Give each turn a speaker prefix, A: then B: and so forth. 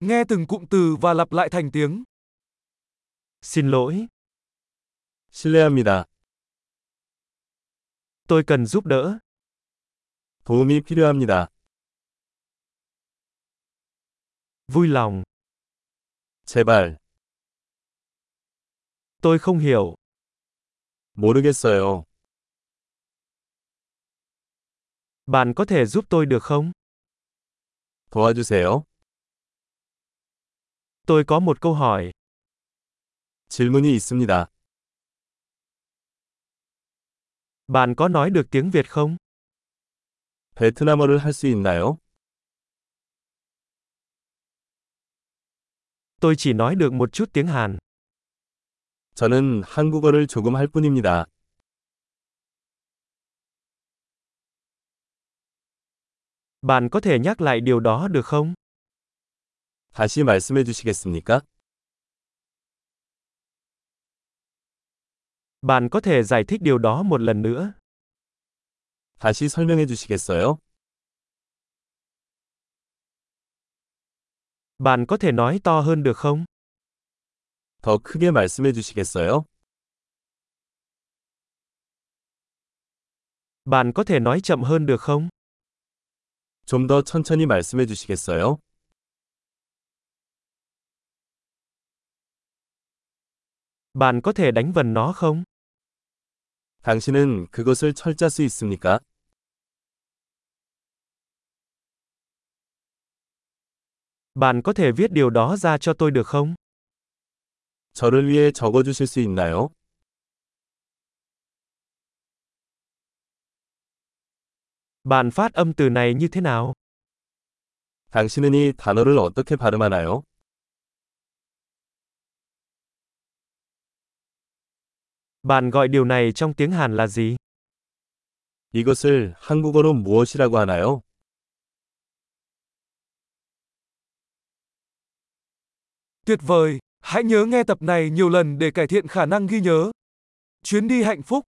A: Nghe từng cụm từ và lặp lại thành tiếng.
B: Xin lỗi,
C: 실례합니다.
B: tôi cần giúp đỡ.
C: 도움이 필요합니다.
B: Vui lòng,
C: 제발.
B: tôi không hiểu.
C: 모르겠어요.
B: Bạn có thể giúp tôi được không?
C: 도와주세요.
B: Tôi có một câu hỏi.
C: 질문이 있습니다.
B: Bạn có nói được tiếng Việt không?
C: 베트남어를 할 수 있나요?
B: Tôi chỉ nói được một chút tiếng Hàn.
C: 저는 한국어를 조금 할 뿐입니다.
B: Bạn có thể nhắc lại điều đó được không?
C: 다시 말씀해 주시겠습니까?
B: Bạn có thể giải thích điều đó một lần nữa.
C: 다시 설명해 주시겠어요?
B: Bạn có thể nói to hơn được không?
C: 더 크게 말씀해 주시겠어요?
B: Bạn có thể nói chậm hơn được không?
C: 좀 더 천천히 말씀해 주시겠어요?
B: Bạn có thể đánh vần nó không?
C: 당신은 그것을 철자 수 있습니까?
B: Bạn có thể viết điều đó ra cho tôi được không?
C: 저를 위해 적어 주실 수 있나요?
B: Bạn phát âm từ này như thế nào?
C: 당신은 이 단어를 어떻게 발음하나요?
B: Bạn gọi điều này trong tiếng Hàn là gì?
C: 이것을 한국어로 무엇이라고 하나요?
A: Tuyệt vời! Hãy nhớ nghe tập này nhiều lần để cải thiện khả năng ghi nhớ. Chuyến đi hạnh phúc!